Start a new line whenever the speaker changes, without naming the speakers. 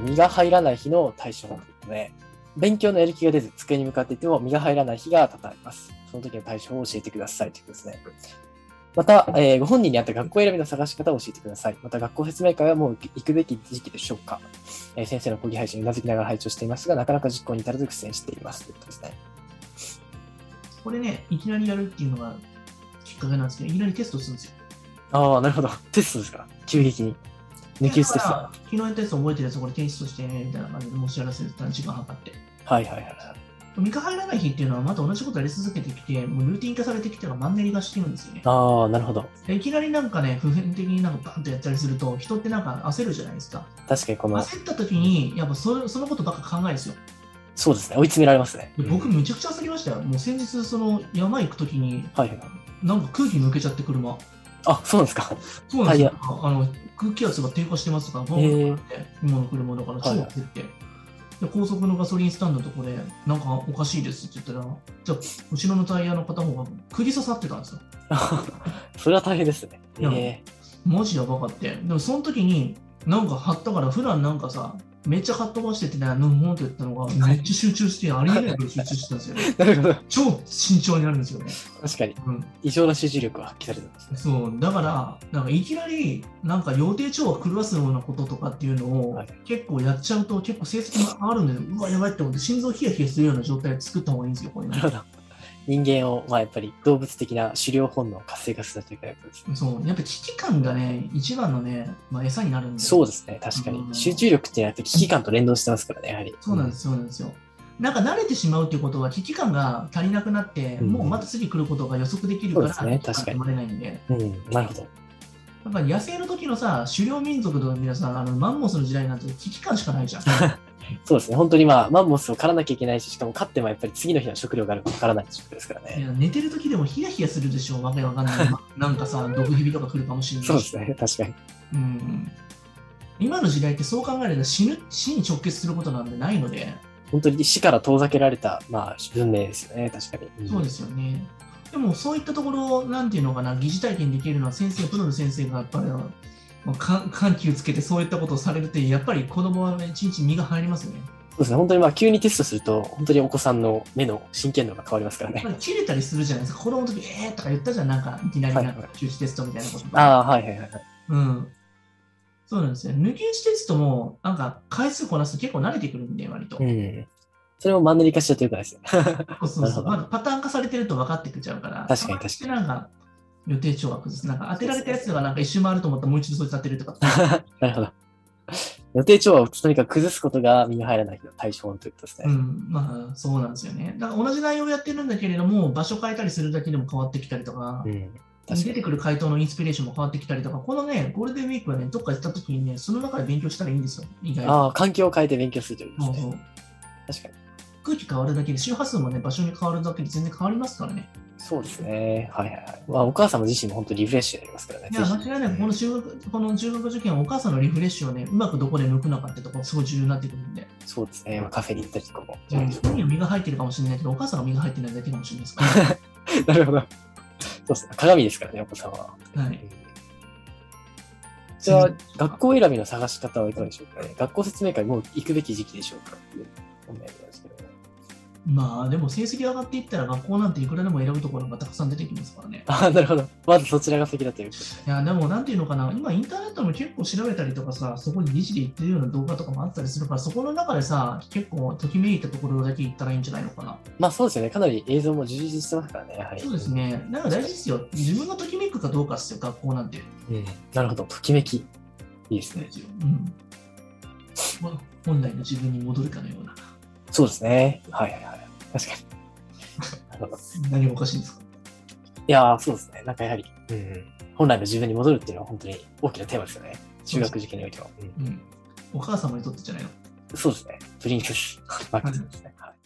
身が入らない日の対処法ということで、勉強のやる気が出ず、机に向かっていても身が入らない日が多々あります。その時の対処法を教えてくださいということですね。また、えーご本人に合った学校選びの探し方を教えてください。また、学校説明会はもう行くべき時期でしょうか。えー先生の講義配信にうなずきながら拝聴していますが、なかなか実行に至らず苦戦していますということですね。
これね、いきなりやるっていうのがきっかけなんですけど、いきなりテストするんですよ。
ああ、なるほど。テストですか。急激に。抜き打ちテスト。
だから昨日のテスト覚えてるやつ、これ提出してね、みたいな感じで、もう知らせた時間測って。
はいはいはい。
見日入らない日っていうのは、また同じことやり続けてきて、もうルーティン化されてきてるのがマンネリ化してるんですよね。
ああ、なるほど。
でいきなりなんかね、普遍的になんかバンとやったりすると、人ってなんか焦るじゃないですか。
確かにこの、
焦った時に、やっぱそそのことばっか考えるんですよ。
そうですね。追い詰められますね。
で僕、
うん
めちゃくちゃ焦りましたよ。もう先日、その山行く時に、
はいはい。
なんか空気抜けちゃって車。
あ、そうなんですか。
そうなんですよ。あの空気圧が低下してますとか、ボンボンボンって、今の車だから超
はいはい
焦って。で高速のガソリンスタンドのとこで、なんかおかしいですって言ったら、じゃあ、後ろのタイヤの片方が釘刺さってたんですよ。
それは大変ですね。
いや
え
マジやばかって。でも、その時に、なんか貼ったから、普段なんかさ、めっちゃかっ飛ばしててね、のんほんって言ったのが、めっちゃ集中して、ありえないほど集中してたんですよ。
え なるほど。
超慎重になるんですよね。
確かに、
うん、
異常な集中力は発揮されてますね。
そうだからなんかいきなりなんか予定調和狂わすようなこととかっていうのを
はい
結構やっちゃうと結構成績が上がるんでうわやばいって思って心臓ヒヤヒヤするような状態を作った方がいいんですよこれ
なるほど。人間を、まあやっぱり動物的な狩猟本能を活性化するというかやっぱですね。
そうやっぱ危機感がね一番のね、まあ、餌になるんで
そう
で
ですね。確か
う
に。
ん
集中力っていうのはやっぱり危機感と連動してますからね、やはり。。
そうなんですすそうなんですよなんか慣れてしまうっていうことは危機感が足りなくなって、
うん
もうまた次来ることが予測できるから
そうですね
危機感
確かに
生まれないんで
うん、なるほど。
やっぱ野生の時のさ狩猟民族の皆さんあのマンモスの時代なんて危機感しかないじゃん
そうですね。本当にまあ、マンモスを狩らなきゃいけないし、しかも狩ってもやっぱり次の日の食料があるかわからない食ですから
い
ね。
や寝てる時でもヒヤヒヤするでしょ、わけわかん ない。なんかさ、毒蛇とか来るかもしれないし
そうですね。確かに。
うん。今の時代ってそう考えると死ぬ死に直結することなんてないので、
本当に死から遠ざけられた、まあ、文明ですよね。確かに。ん
そうですよね。でもそういったところを、なんていうのかな、疑似体験できるのは先生、プロの先生がやっぱり、まあ、か緩急つけてそういったことをされるって、やっぱり子供はね一日身が入りますよね。
そうですね、本当にまあ急にテストすると、本当にお子さんの目の真剣度が変わりますから
やっ
ね
ぱ。り切れたりするじゃないですか、子供の時、えーとか言ったじゃん、なんかいきなりなんか中止テストみたいなこと。
ああ、はいはいはい。
うん。そうなんですよ。抜き打ちテストも、なんか回数こなすと結構慣れてくるんで、割と。
うん。それもマンネリ化しちゃうというかですね。
そうそうそう。
なるほど
まあ、パターン化されてると分かってきちゃうから、
確かに確か
に。なんか予定調和崩す。なんか当てられたやつがなんか一周回ると思ったらもう一度そいつ当てるとか。
なるほど。予定調和をとにかく崩すことが身に入らないけど対処法ということです
う
ね。
ん、まあそうなんですよね。だから同じ内容をやってるんだけれども、場所変えたりするだけでも変わってきたりとか
う、ん。確か
出て
に。
くる回答のインスピレーションも変わってきたりとか、このね、ゴールデンウィークはね、どっか行った時にね、その中で勉強したらいいんですよ。意外と。
ああ、環境を変えて勉強するということ
そう
です
そ
ね。
う
確かに。
空気変わるだけで、周波数もね、場所に変わるだけで全然変わりますからね。
そうですね。はいはいはい。まあ、お母様自身も本当にリフレッシュになりますからね。
いや、
ぜひ
間違いなく、この中学、この中学受験はお母さんのリフレッシュをね、うまくどこで抜くのかってところ、すごい重要になってくるんで、
そうですね。まあ、カフェに行ったりとかも。
本人は身が入ってるかもしれないけど、お母さんが身が入ってないだけかもしれないですか
な
ら、
るほど。そうですね。鏡ですからね、お子さんは。
はい。
じゃあ、学校選びの探し方はいかがでしょうかね。学校説明会、もう行くべき時期でしょうかっていうお悩みなんですけどね。
まあ、でも成績上がっていったら、学校なんていくらでも選ぶところがたくさん出てきますからね。
ああ、なるほど。まずそちらが先だという。
いや、でも、なんていうのかな、今、インターネットも結構調べたりとかさ、そこに理事で言ってるような動画とかもあったりするから、そこの中でさ、結構、ときめいたところだけ行ったらいいんじゃないのかな。
まあそうですよね。かなり映像も充実してますからね、やはり。
そうです。ね。なんか大事ですよ。自分がときめくかどうかっすよ、学校なんて。
うん。なるほど。ときめき。いいですね。
ですよ。うん。まあ本来の自分に戻るかのような。
そうですね。はいはいはい。確かに。なるほど。
何がおかしいんですか
いやー、そうですね。なんかやはり、うん、本来の自分に戻るっていうのは本当に大きなテーマですよね。中学受験においては。うん
うん。お母様にとってじゃないの。
そうですね。プリンセス。マックスですね。はい